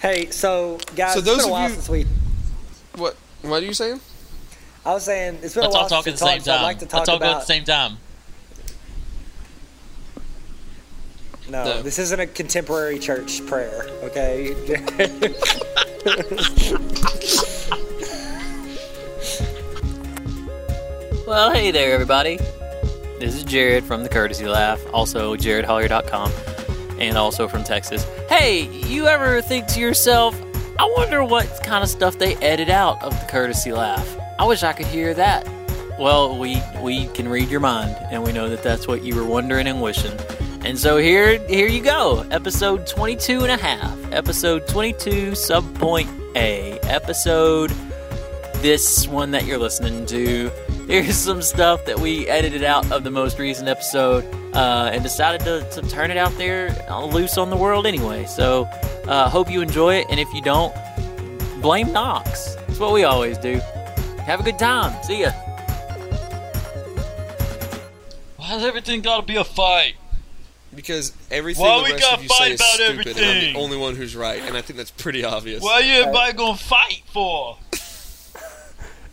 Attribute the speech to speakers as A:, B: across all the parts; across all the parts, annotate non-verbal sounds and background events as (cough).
A: Hey, so guys,
B: So
A: it's
B: those
A: been a
B: of
A: while
B: you-
A: since we.
B: What? What are you saying?
A: I was saying it's been
C: Let's
A: a
C: all
A: while
C: talk at the
A: since
C: same
A: so I'd
C: time.
A: like to talk
C: Let's all go at the
A: about.
C: same time.
A: no,
B: No.
A: this isn't a contemporary church prayer.
C: (laughs)
A: Okay. (laughs)
D: Well, hey there, everybody. This is Jared from the Courtesy Laugh, also jaredhollier.com, and also from Texas. Hey, you ever think to yourself, I wonder what kind of stuff they edit out of the Courtesy Laugh? I wish I could hear that. Well, we we can read your mind, and we know that that's what you were wondering and wishing. And so here here you go, episode 22 and a half, episode 22, subpoint A, episode this one that you're listening to. Here's some stuff that we edited out of the most recent episode uh, and decided to, to turn it out there uh, loose on the world anyway. So, uh, hope you enjoy it. And if you don't, blame Knox. That's what we always do. Have a good time. See ya.
C: Why has everything got to be a fight?
B: Because everything
C: Why
B: the
C: we
B: rest
C: gotta
B: of you say
C: fight
B: is
C: about
B: stupid, and I'm
C: everything?
B: the only one who's right, and I think that's pretty obvious.
C: Why you everybody going to fight for?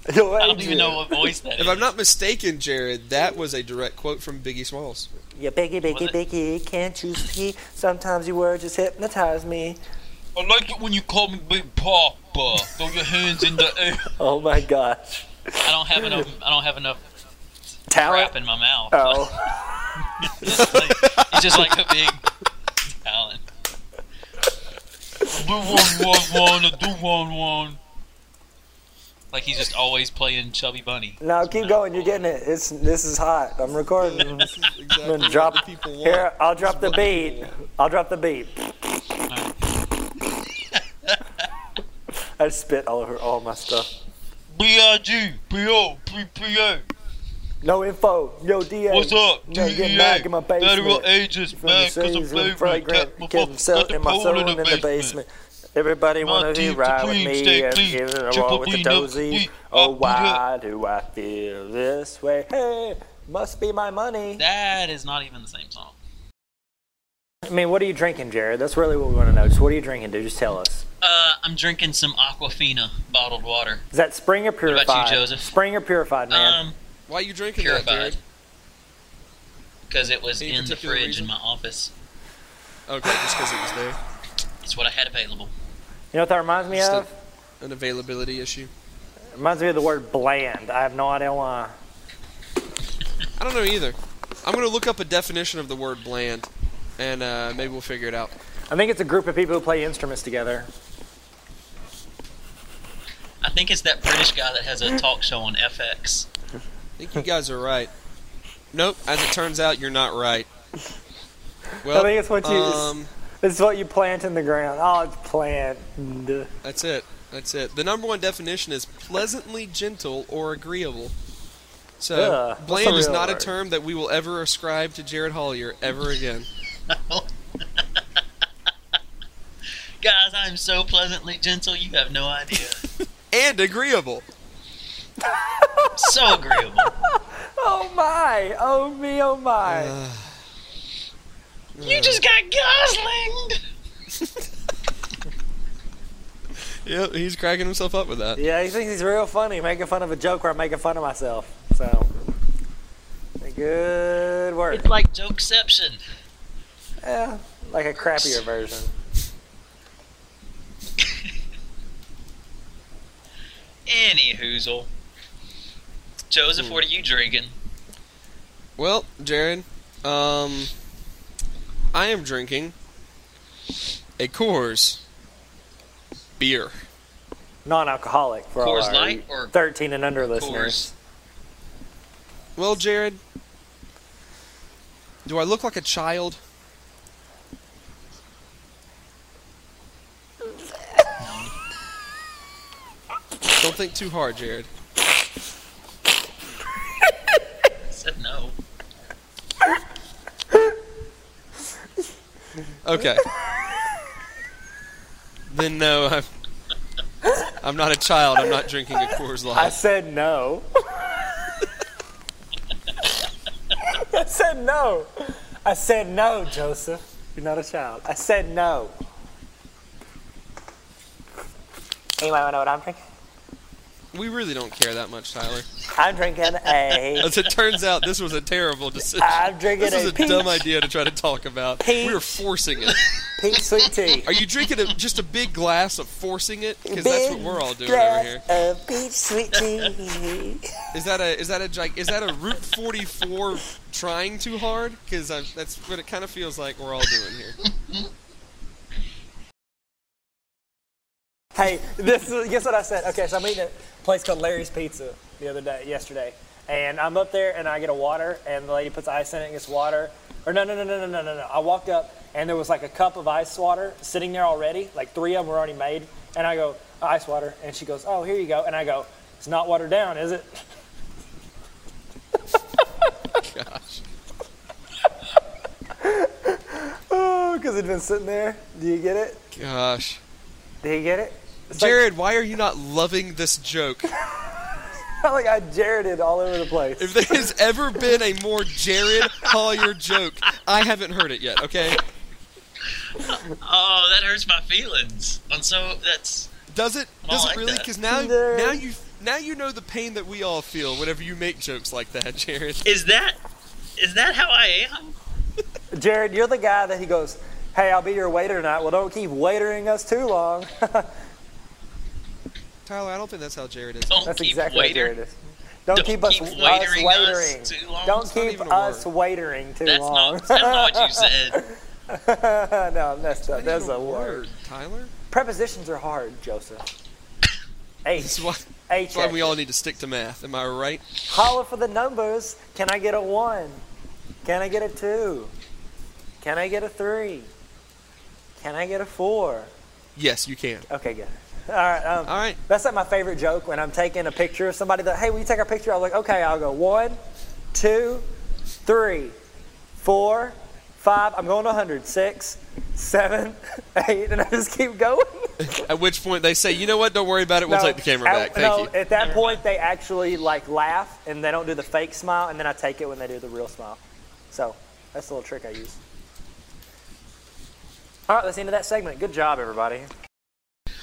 C: I don't even know what voice that
B: If
C: is.
B: I'm not mistaken, Jared, that was a direct quote from Biggie Smalls.
A: You biggie,
C: Was
A: biggie,
C: it?
A: biggie, can't you see? Sometimes your words just hypnotize me.
C: I like it when you call me Big Papa. Throw your hands in the air.
A: Oh my gosh.
C: I don't have enough. I don't have enough crap
A: Talent.
C: in my mouth.
A: Oh,
C: It's like, it's just like a big talent. Do one, one, one, do one, one. Like he's just always playing Chubby Bunny.
A: (laughs) no, keep going. You're getting it. It's this is hot. I'm recording.
B: This is exactly
A: Then
B: what
A: drop-
B: the people want.
A: Here, I'll drop the
B: What the
A: beat. I'll drop the beat. (laughs) I spit all over all my stuff.
C: B.I.G. B.O. P.P.A.
A: No info. Yo, DA.
C: What's up? E
A: You gotta get
C: DEA.
A: back in my
C: Federal
A: basement.
C: agents,
A: From
C: man.
A: the
C: Cause I'm
A: seas and
C: flavoring. Got
A: fragrant.
C: my
A: Getting
C: fuck-
A: so
C: got the
A: in my
C: pole
A: soul
C: in the basement.
A: basement. Everybody
C: My
A: wanna be
C: teeth
A: ride with
C: supreme,
A: me
C: stay
A: and
C: clean.
A: even
C: Triple
A: along with the
C: P, double
A: dozy.
C: P,
A: Oh,
C: up, boot
A: why do I feel this way? Hey, must be my money.
C: That is not even the same song.
A: I mean, what are you drinking, Jared? That's really what we want to know. Just what are you drinking, dude? Just tell us.
C: Uh, I'm drinking some Aquafina bottled water.
A: Is that spring or
C: about you,
A: purified?
C: Joseph?
A: Spring or purified, man?
C: Um,
B: (laughs) Why are you drinking that,
C: purified.
B: Jared?
C: Because it was
B: Any
C: in the
B: particular
C: fridge
B: reason?
C: in my office.
B: Okay, just because it was there.
C: It's what I had available.
A: you know what that reminds me
B: Just a-
A: of?
B: An availability issue.
A: Reminds me of the word bland. I have no idea why.
B: I don't know either. I'm gonna look up a definition of the word bland, and uh, maybe we'll figure it out.
A: I think it's a group of people who play instruments together.
C: I think it's that British guy that has a talk show on FX.
B: I think you guys are right. Nope. As it turns out, you're not right. Well,
A: think it's what you-
B: Um,
A: This is what you plant in the ground. Oh, it's plant. Duh.
B: that's it. That's it. The number one definition is pleasantly gentle or agreeable. So
A: Yeah, that's a
B: bland is
A: real
B: not a
A: word.
B: term that we will ever ascribe to Jared Hollier ever again.
C: Guys, I'm so pleasantly gentle, you have no idea.
B: and agreeable.
C: So agreeable.
A: (laughs) Oh my! Oh me! Oh my!
C: Uh,
B: Uh,
C: you just got goslinged!
B: Yep, he's cracking himself up with that.
A: yeah, he thinks he's real funny, making fun of a joke where I'm making fun of myself. So, good work.
C: It's like Jokeception.
A: Yeah, like a crappier version.
C: Any hoozle. Joseph,
A: Hmm.
C: what are you drinking?
B: Well, Jared, um, I am drinking a Coors beer.
A: Non-alcoholic for all
C: Coors
A: our
C: Light or
A: 13 and under listeners.
C: Coors?
B: Well, Jared, do I look like a child? Don't think too hard, Jared.
C: I said no.
B: Okay. then no, I'm, I'm not a child. I'm not drinking a Coors
A: I
B: Light.
A: said no. I said no. I said no, Joseph. You're not a child. I said no. Anybody want to know what I'm drinking?
B: We really don't care that much, Tyler.
A: I'm drinking a.
B: As it turns out, this was a terrible decision.
A: I'm drinking
B: This was
A: a,
B: a
A: peach,
B: dumb idea to try to talk about. We were
A: Peach.
B: forcing it.
A: peach sweet tea.
B: Are you drinking a, just a big glass of forcing it? Because that's what
A: Big
B: we're all doing over
A: glass
B: here.
A: Of peach sweet tea.
B: Is that a is that a gi- is that a Route 44 trying too hard? Because that's what it kind of feels like we're all doing
A: (laughs)
B: here.
A: Hey, this is, guess what I said? Okay, so I'm eating at a place called Larry's Pizza the other day, yesterday, and I'm up there and I get a water, and the lady puts ice in it and gets water. Or no, no, no, no, no, no, no, no. I walked up and there was like a cup of ice water sitting there already. Like three of them were already made, and I go ice water, and she goes, "Oh, here you go," and I go, "It's not watered down, is it?"
B: Gosh.
A: (laughs) Oh, because it'd been sitting there. Do you get it?
B: Gosh.
A: Do you get it? (laughs) It's like-
B: Jared, why are you not loving this joke?
A: like I Jareded all over the place.
B: If there has ever been a more Jared Collier joke, I haven't heard it yet, okay?
C: Oh, that hurts my feelings. And so that's
B: Does it?
C: Oh, I
B: Does it
C: like
B: really?
C: that.
B: Because now,
A: No.
B: now you, now you know the pain that we all feel whenever you make jokes like that, Jared.
C: is that is that how I am?
A: Jared, you're the guy that he goes, "Hey, I'll be your waiter tonight." Well, don't keep waitering us too long. (laughs)
B: Tyler, I don't think that's how Jared is.
C: Don't
A: That's
C: keep
A: exactly
C: waiter.
A: what Jared is. Don't,
C: Don't
A: keep us,
C: keep
A: us
C: waitering us
A: waitering.
C: too long.
A: Don't
B: It's not
A: keep
B: even a
A: us
B: word.
A: waitering too
C: That's
A: long.
C: (laughs) not that's not
A: (laughs)
C: what you said.
A: no, that's not. That's
B: Even
A: a word.
B: Tyler.
A: Prepositions are hard, Joseph.
B: That's
A: H.
B: why,
A: H.
B: that's why we all need to stick to math. Am I right?
A: Holler for the numbers. Can I get a one? Can I get a two? Can I get a three? Can I get a four?
B: Yes, you can.
A: Okay, good. All right. Um,
B: All right.
A: That's like my favorite joke when I'm taking a picture of somebody. That hey, will you take our picture? I was like, okay, I'll go one, two, three, four, five. I'm going to 100. Six, seven, (laughs) eight, and I just keep going.
B: At which point they say, you know what? Don't worry about it. We'll
A: No,
B: take the camera
A: at-
B: back. Thank
A: no,
B: you. (laughs)
A: At that point, they actually like laugh and they don't do the fake smile, and then I take it when they do the real smile. So that's a little trick I use. All right, that's the end of that segment. Good job, everybody.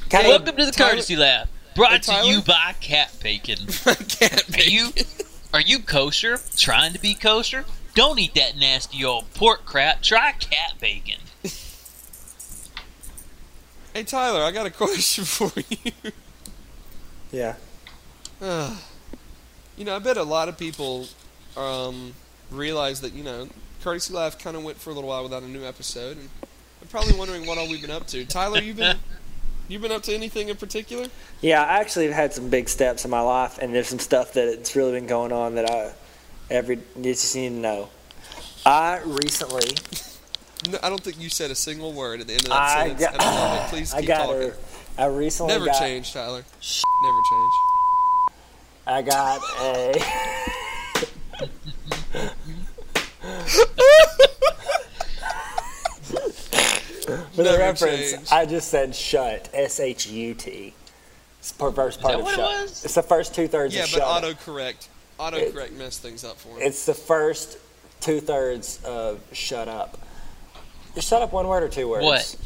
A: Can I-
C: Welcome to the
B: Tyler-
C: courtesy lab. Brought
B: Hey,
C: to you
B: Tyler?
C: by Cat Bacon.
A: (laughs)
B: I can't
C: Are
B: be.
C: you are you kosher? Trying to be kosher? Don't eat that nasty old pork crap. Try cat bacon.
B: Hey Tyler, I got a question (laughs) for you.
A: yeah.
B: Ugh. you know, I bet a lot of people um, realize that you know Courtesy Live kind of went for a little while without a new episode, and they're probably wondering what all we've been up to. Tyler, you've
A: (laughs)
B: been you've been up to anything in particular?
A: Yeah, I actually have had some big steps in my life, and there's some stuff that it's really been going on that I every you just need to know. I recently
B: No, I don't think you said a single word at the end of that
A: I
B: sentence.
A: got-
B: and I love it. Please
A: I
B: keep
A: got
B: talking.
A: her. I recently
B: Never
A: got,
B: change, Tyler. Never change.
A: I got
B: (laughs)
A: a. For the
B: Never
A: reference,
B: change.
A: I just said shut. S H U T. It's the first part
C: that
A: of
C: what it
A: shut.
C: was?
A: It's the first two thirds
B: Yeah,
A: of
B: but
A: shut.
B: autocorrect autocorrect messed things up for me.
A: It's the first two thirds of shut up. Shut up one word or two words.
C: What?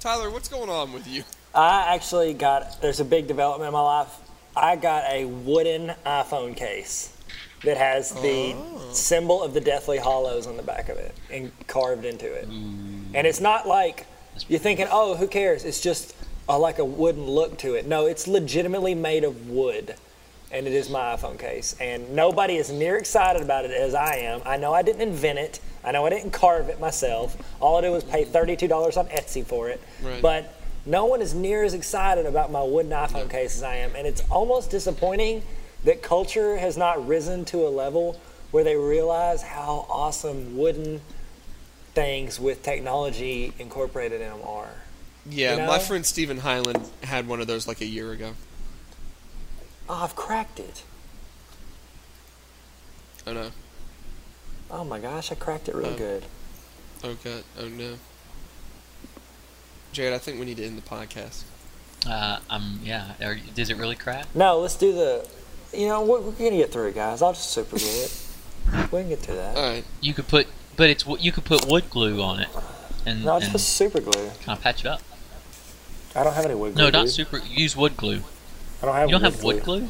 B: Tyler, what's going on with you?
A: I actually got there's a big development in my life. I got a wooden iPhone case that has the symbol of the Deathly Hollows on the back of it and carved into it. And it's not like you're thinking, "Oh, who cares?" It's just uh, like a wooden look to it. No, it's legitimately made of wood. And it is my iPhone case, and nobody is near excited about it as I am. I know I didn't invent it. I know I didn't carve it myself. All I did was pay thirty-two dollars on Etsy for it.
B: Right.
A: But but no one is near as excited about my wooden iPhone case as I am. And it's almost disappointing that culture has not risen to a level where they realize how awesome wooden things with technology incorporated in them are.
B: Yeah,
A: You
B: my
A: know?
B: friend Stephen Highland had one of those like a year ago.
A: Oh, I've cracked it.
B: Oh no.
A: Oh my gosh, I cracked it really
B: Oh.
A: good.
B: Oh god. Oh no. Jared, I think we need to end the podcast.
C: Uh, um, yeah. Are, you- does it really crack?
A: No, let's do the. You know, we're, we're gonna get through it, guys. I'll just super glue it. We can get through that.
B: All right.
C: You could put, but it's wo- you could put wood glue on it, and,
A: No, I'll
C: and
A: just put super glue.
C: kind of patch it up.
A: I don't have any wood glue.
D: No, not
A: dude.
D: super. Use wood glue.
A: I don't have
D: You don't
A: wood
D: have wood glue?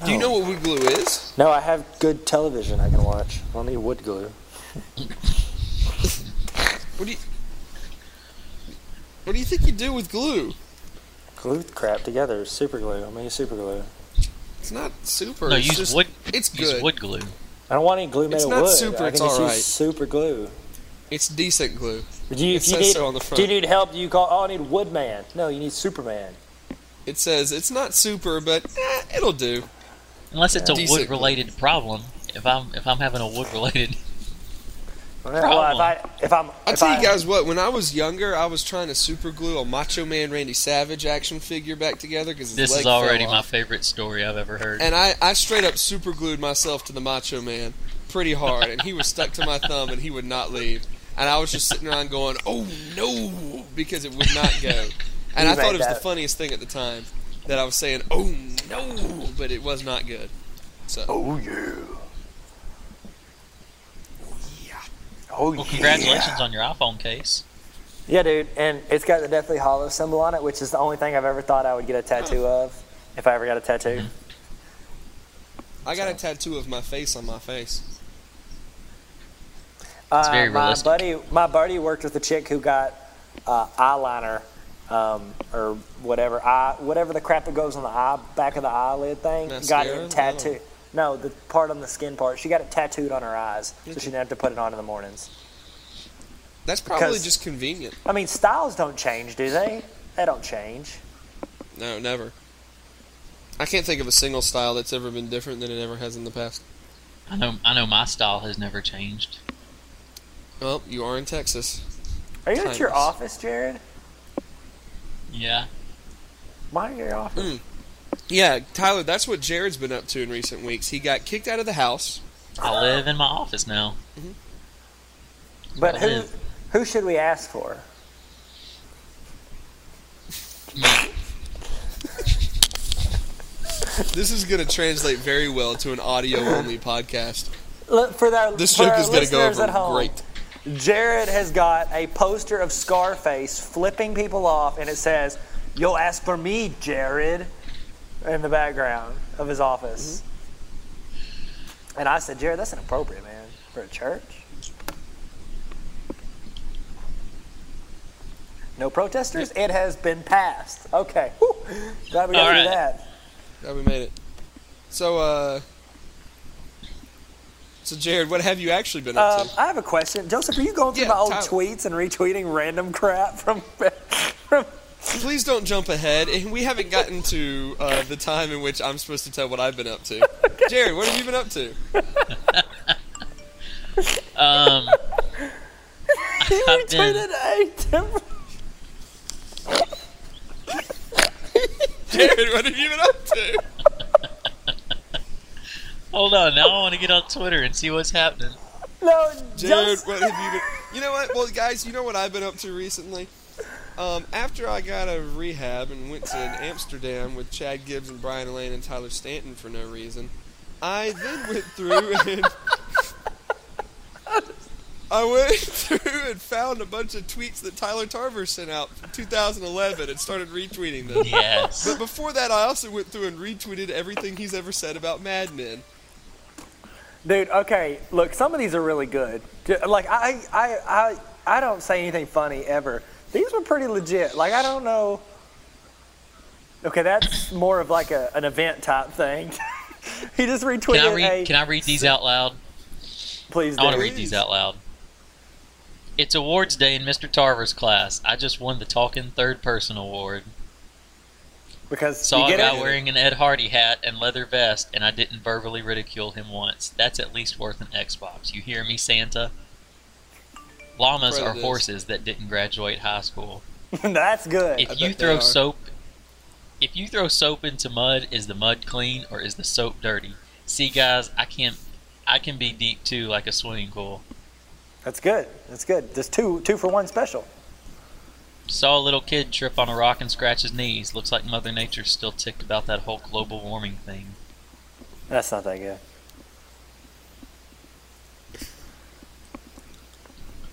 A: No.
B: Do you know what wood glue is?
A: No, I have good television I can watch. I don't need wood glue.
B: What do you What do you think you do with glue?
A: Glue crap together. Super glue. I'm gonna use super glue.
B: It's not super.
D: No,
B: it's
D: use
B: just-
D: wood.
B: It's
D: Use
B: good.
D: wood glue.
A: I don't want any glue made
B: It's
A: of
B: not
A: wood.
B: super,
A: I
B: it's
A: can just
B: alright.
A: use super glue.
B: It's decent glue.
A: Do you,
B: It
A: if you
B: says
A: need,
B: so on the front.
A: do you need help? Do you call? Oh, I need Woodman. No, you need Superman.
B: It says it's not super, but eh, it'll do.
D: Unless it's a
B: Decent glue.
D: wood related problem. If I'm if I'm having a wood related
A: Well, if I if I'm
B: I'll
A: if
B: tell
A: I-
B: you guys what. When I was younger, I was trying to super glue a Macho Man Randy Savage action figure back together because his
D: (laughs) this
B: leg
D: is already
B: fell
D: my
B: off.
D: favorite story I've ever heard.
B: And I, I straight up super glued myself to the Macho Man pretty hard, and he was stuck to my thumb, and he would not leave. And I was just sitting around going, "Oh no," because it would not
A: (laughs)
B: go. And
A: You
B: I thought
A: made
B: it was the
A: that.
B: funniest thing at the time that I was saying, "Oh no," but it was not good. So
A: Oh yeah. Oh yeah.
D: Well, congratulations on your iPhone case.
A: Yeah, dude, and it's got the Deathly Hollow symbol on it, which is the only thing I've ever thought I would get a tattoo of, if I ever got a tattoo.
B: I got a tattoo of my face on my face.
A: Uh,
D: very
A: my
D: realistic.
A: buddy, my buddy worked with a chick who got uh, eyeliner um, or whatever eye, whatever the crap that goes on the eye back of the eyelid thing. Got
B: Mascara?
A: it tattooed. No, the part on the skin part. She got it tattooed on her eyes, so she didn't have to put it on in the mornings.
B: That's probably
A: Because-
B: just convenient.
A: I mean, styles don't change, do they? They don't change.
B: No, never. I can't think of a single style that's ever been different than it ever has in the past.
D: I know I know my style has never changed.
B: Well, you are in Texas.
A: Are you at your
B: Timeless.
A: office, Jared?
D: Yeah.
A: Why are you at your office?
B: Yeah, Tyler, that's what Jared's been up to in recent weeks. He got kicked out of the house.
D: I live in my
A: (laughs)
D: office now.
A: But who,
D: Mm.
A: who should we ask for?
B: This is going to translate very well to an audio only podcast.
A: Look, for our,
B: This
A: for
B: joke
A: our
B: is going to go
A: listeners
B: over
A: at home,
B: great.
A: Jared has got a poster of Scarface flipping people off, and it says, You'll ask for me, Jared, in the background of his office. And I said, Jared, that's inappropriate, man, for a church. No protesters? It has been passed. Okay. Whew. Glad we got
D: All
A: through
D: right.
A: that.
B: Glad we made it. So, uh. So, Jared, what have you actually been up
A: Um, (laughs)
B: to?
A: I have a question. Joseph, are you going through
B: Yeah,
A: my old
B: Tyler.
A: tweets and retweeting random crap from. (laughs) from
B: Please don't jump ahead. And we haven't gotten to uh, the time in which I'm supposed to tell what I've been up
A: (laughs)
B: to. Jared, what have you been up to?
D: Um
A: he
D: I've been-
A: retweeted a temp-
B: Jared, what have you been up to?
D: hold on, now I wanna get on Twitter and see what's happening.
A: No,
B: Jared,
A: Joseph.
B: what have you been? You know what? Well, guys, you know what I've been up to recently. Um, after I got out of rehab and went to Amsterdam with Chad Gibbs and Brian Elaine and Tyler Stanton for no reason, I then went through (laughs) and I went (laughs) through and found a bunch of tweets that Tyler Tarver sent out from 2011 and started retweeting them.
D: Yes.
B: But before that, I also went through and retweeted everything he's ever said about Mad Men.
A: Dude, okay, look, some of these are really good. Ju- Like, I, I, I, I don't say anything funny ever. These were pretty legit. Like, I don't know. Okay, that's more of like a, an event type thing. (laughs) he just retweeted
D: Can I
A: a.
D: read can I read these out loud?
A: please do.
D: I wanna read these out loud. It's awards day in Mr. Tarver's class. I just won the Talking Third Person Award.
A: because
D: Saw
A: you
D: a
A: get
D: guy
A: it?
D: wearing an Ed Hardy hat and leather vest, and I didn't verbally ridicule him once. That's at least worth an Xbox. You hear me, Santa? Llamas
B: Right,
D: are
B: it is.
D: horses that didn't graduate high school.
A: (laughs) that's good.
B: I
D: If you
B: bet they
D: throw
B: are.
D: soap, if you throw soap into mud, is the mud clean or is the soap dirty? See, guys, I can't. I can be deep too, like a swimming pool.
A: That's good. That's good. There's two two for one special.
D: Saw a little kid trip on a rock and scratch his knees. Looks like Mother Nature's still ticked about that whole global warming thing.
A: That's not that good.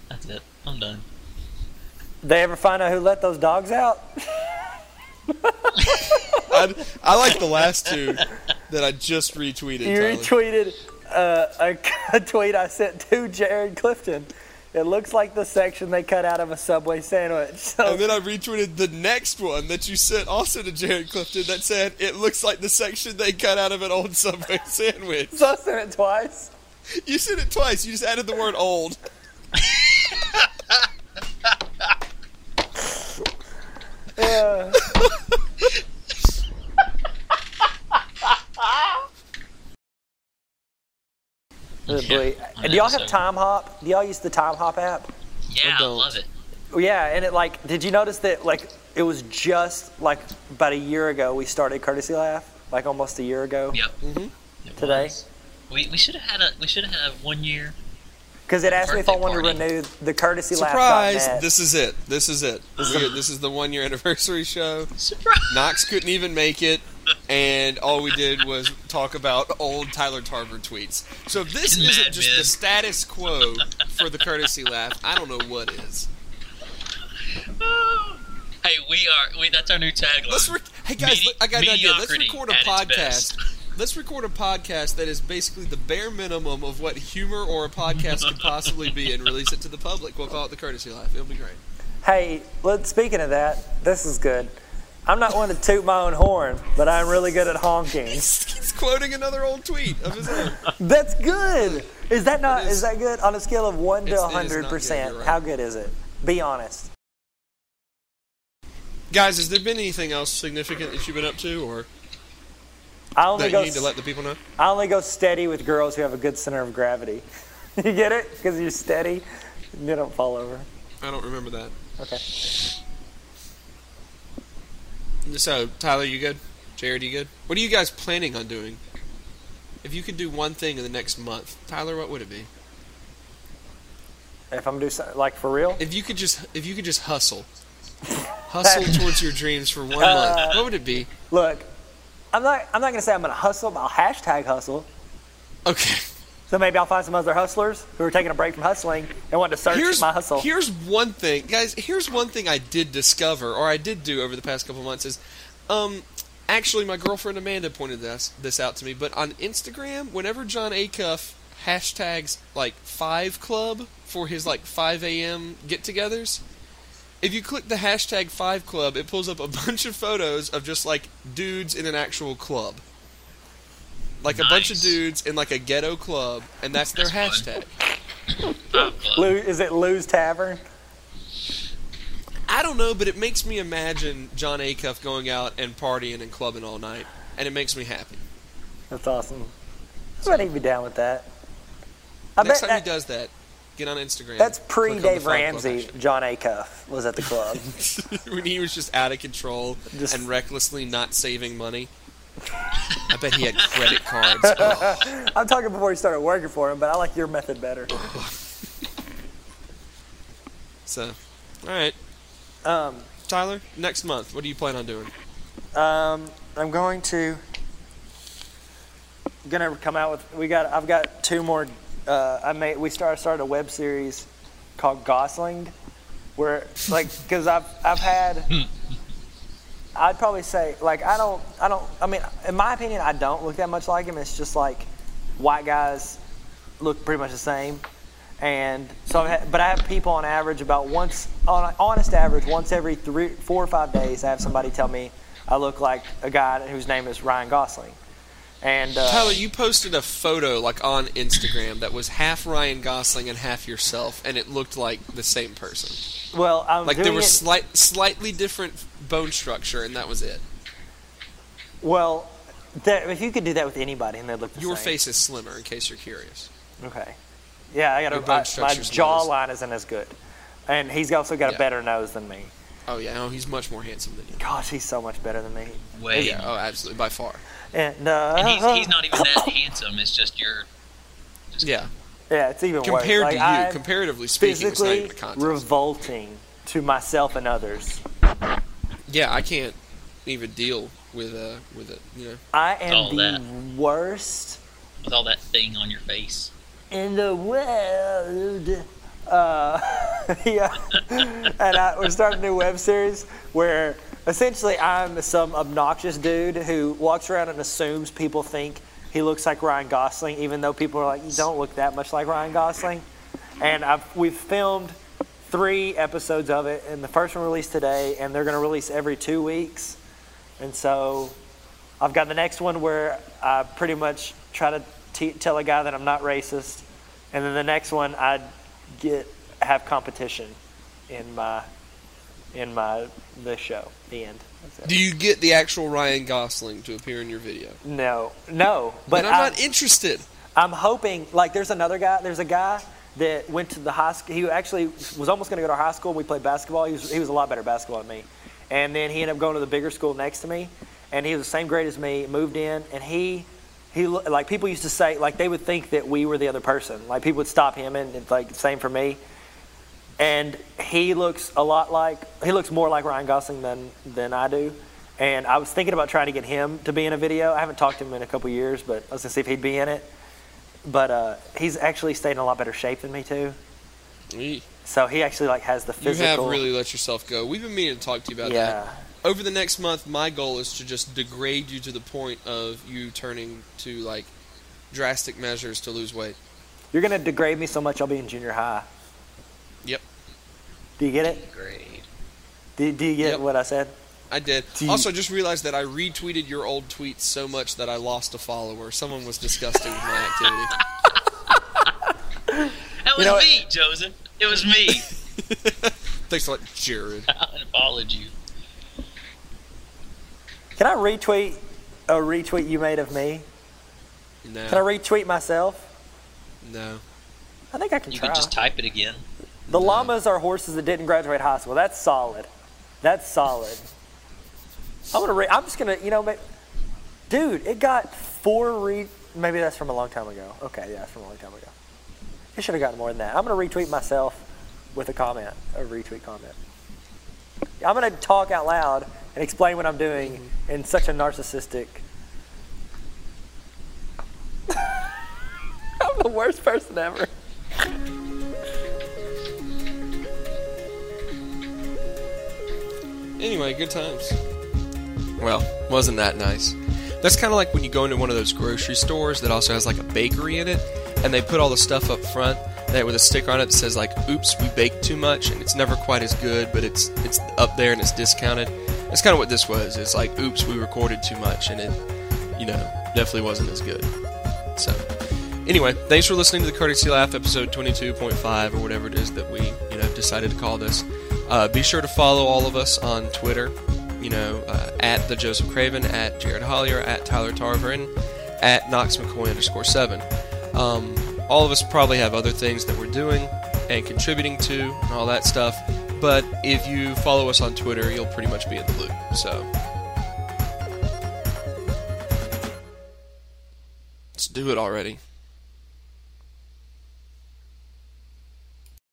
D: That's it. I'm done.
A: They ever find out who let those dogs out?
B: I, I like the last two that I just retweeted.
A: You
B: Tyler.
A: retweeted uh, a, (laughs) a tweet I sent to Jared Clifton. It looks like the section they cut out of a Subway sandwich. (laughs) So
B: and then I retweeted the next one that you sent also to Jared Clifton that said, It looks like the section they cut out of an old Subway (laughs) sandwich.
A: so I sent it twice.
B: You said it twice. You just added the word old.
A: Uh,
C: Yeah, I
A: Do y'all
C: think
A: have
C: so.
A: Time Hop? Do y'all use the Time Hop app?
C: Yeah, I
B: don't.
C: love it.
A: Oh, Yeah, and it like, did you notice that like it was just like about a year ago we started Courtesy Laugh, like almost a year ago
C: Yep. It
A: Mm-hmm. today?
C: was. We, we should have had a we should have one year.
A: because it asked me if I
C: Birthday
A: wanted
C: party.
A: to renew the Courtesy
B: Surprise!
A: Laugh.
B: This is it. This is it. We- this is the one year anniversary show.
C: Surprise!
B: Knox couldn't even make it, and all we did was talk about old Tyler Tarver tweets. So if this
C: Mad
B: isn't just
C: Men.
B: the status quo for the courtesy laugh, I don't know what is.
C: hey, we are we. That's our new tagline.
B: Let's rec- hey guys,
C: Medi-
B: let- I got an idea. Let's
C: mediocrity
B: record a
C: at its
B: podcast.
C: best. (laughs)
B: Let's record a podcast that is basically the bare minimum of what humor or a podcast could possibly be, and release it to the public. We'll call it the courtesy laugh. It'll be great. (laughs)
A: Hey, let, speaking of that, this is good. I'm not one to toot my own horn, but I'm really good at honking.
B: He's quoting another old tweet of his
A: (laughs)
B: own.
A: That's good. Is that not?
B: It is-
A: Is, that good on a scale of one to
B: It's- it is not good,
A: hundred percent?
B: you're right.
A: How good is it? Be honest.
B: Guys, has there been anything else significant that you've been up to, or
A: I only
B: that
A: go.
B: you need to let the people know?
A: I only go steady with girls who have a good center of gravity. (laughs) you get it? Because you're steady. You don't fall over.
B: I don't remember that.
A: Okay.
B: So, Tyler, you good? Jared, you good? What are you guys planning on doing? If you could do one thing in the next month, Tyler, what would it be?
A: If I'm doing so- like for real,
B: If you could just, if you could just hustle, hustle towards your dreams for one month, what would it be?
A: look, I'm not. I'm not gonna say I'm gonna hustle. But I'll hashtag hustle.
B: Okay.
A: So maybe I'll find some other hustlers who are taking a break from hustling and want to search
B: Here's
A: my hustle.
B: here's one thing, guys. Here's one thing I did discover, or I did do over the past couple months is, um, actually my girlfriend Amanda pointed this this out to me. But on Instagram, whenever John Acuff hashtags like Five Club for his like 5 a.m. get-togethers, if you click the hashtag Five Club, it pulls up a (laughs) bunch of photos of just like dudes in an actual club. Like a bunch of
C: Nice.
B: dudes in like a ghetto club, and that's their
C: That's
B: hashtag.
A: Lou, is it Lou's Tavern?
B: I don't know, but it makes me imagine John Acuff going out and partying and clubbing all night, and it makes me happy.
A: That's awesome. I bet he'd be down with that. I
B: Next
A: bet
B: time
A: that,
B: he does that, get on Instagram.
A: that's
B: click
A: pre
B: on
A: Dave
B: the Fight Club
A: Ramsey. John Acuff was at the
B: (laughs)
A: club.
B: hashtag. (laughs) when he was just out of control
A: Just-
B: and recklessly not saving money. I bet he had credit
A: (laughs)
B: cards. Oh,
A: I'm talking before he started working for him, but I like your method better.
B: so, all right,
A: Um,
B: Tyler, next month, what do you plan on doing?
A: um, I'm going to gonna come out with we got I've got two more. Uh, I made we started started a web series called Gosling, where like because I've I've
B: (laughs)
A: had. I'd probably say like I don't I don't I mean in my opinion I don't look that much like him. It's just like white guys look pretty much the same, and so I've had, but I have people on average about once on an honest average once every three four or five days I have somebody tell me I look like a guy whose name is Ryan Gosling, and uh,
B: Tyler, you posted a photo like on Instagram that was half Ryan Gosling and half yourself, and it looked like the same person.
A: well I'm
B: Like
A: doing
B: there was
A: it-
B: slight, slightly different bone structure, and that was it.
A: well that, if you could do that with anybody and they'd look the
B: Your
A: same.
B: face is slimmer, in case you're curious.
A: Okay. Yeah, I got a,
B: Your
A: I,
B: bone
A: my
B: structure's
A: jawline isn't as good, and he's also got
B: Yeah.
A: a better nose than me.
B: Oh yeah, no, he's much more handsome than you.
A: Gosh, he's so much better than me.
C: Way.
B: Yeah, oh absolutely, by far.
A: And, uh,
C: And he's, he's not even that
A: Uh-huh.
C: handsome. It's just your
B: Yeah,
A: Yeah, it's even worse.
B: compared
A: Like,
B: to you,
A: I'm
B: comparatively speaking, it's not
A: physically
B: even a contest.
A: revolting to myself and others.
B: yeah, I can't even deal with uh with it. You know,
A: I am
C: All
A: the worst
C: with all that thing on your face.
A: in the world. Uh, (laughs) yeah. And I, we're starting a new web series where essentially I'm some obnoxious dude who walks around and assumes people think he looks like Ryan Gosling, even though people are like, you don't look that much like Ryan Gosling. And I've, we've filmed three episodes of it, and the first one released today, and they're going to release every two weeks. And so I've got the next one where I pretty much try to t- tell a guy that I'm not racist, and then the next one I get have competition in my in my the show. The end. That's it.
B: Do you get the actual Ryan Gosling to appear in your video?
A: No, no, but
B: But I'm
A: I-
B: not interested.
A: I'm hoping like there's another guy. There's a guy that went to the high school. He actually was almost going to go to high school. We played basketball. He was, he was a lot better at basketball than me. And then he ended up going to the bigger school next to me. And he was the same grade as me. Moved in, and he he lo- like people used to say like they would think that we were the other person. Like people would stop him, and it's like same for me. And he looks a lot like he looks more like Ryan Gosling than than I do. And I was thinking about trying to get him to be in a video. I haven't talked to him in a couple years, but I was gonna see if he'd be in it but uh, he's actually stayed in a lot better shape than me too.
B: You
A: So he actually like has the
B: have
A: physical.
B: really let yourself go. We've been meaning to talk to you about
A: yeah,
B: that. Over the next month, my goal is to just degrade you to the point of you turning to like drastic measures to lose weight.
A: you're gonna degrade me so much. I'll be in junior high.
B: Yep.
A: Do you get it?
C: Great.
A: Do, do you get
B: Yep.
A: what I said?
B: I did.
A: Do you-
B: also, I just realized that I retweeted your old tweets so much that I lost a follower. Someone was disgusted with my activity.
C: That was
A: know what-
C: me, Joseph. It
A: (laughs)
C: was me.
B: (laughs) Thanks a lot, Jared.
C: I followed you.
A: Can I retweet a retweet you made of me? Can I
B: No,
A: retweet myself?
B: no.
A: I think I can
C: You
A: try.
C: could just type it again.
A: the llamas are horses that didn't graduate high school. That's solid. That's solid. I'm gonna. Re- I'm just gonna. You know, ma- dude, it got four re. Maybe that's from a long time ago. Okay, yeah, that's from a long time ago. It should have gotten more than that. I'm gonna retweet myself with a comment, a retweet comment. I'm gonna talk out loud and explain what I'm doing in such a narcissistic. I'm the worst person ever.
B: Anyway, good times. Well, wasn't that nice? That's kind of like when you go into one of those grocery stores that also has like a bakery in it, and they put all the stuff up front that with a sticker on it that says like "Oops, we baked too much," and it's never quite as good, but it's it's up there and it's discounted. That's kind of what this was. It's like "Oops, we recorded too much," and it, you know, definitely wasn't as good. So, anyway, thanks for listening to the Courtesy Laugh episode 22.5 or whatever it is that we, you know, have decided to call this. Uh, be sure to follow all of us on Twitter, you know, uh, at the Joseph Craven, at Jared Hollier, at Tyler Tarverin, at Knox McCoy underscore seven. Um, all of us probably have other things that we're doing and contributing to and all that stuff. But if you follow us on Twitter, you'll pretty much be in the loop. So let's do it already.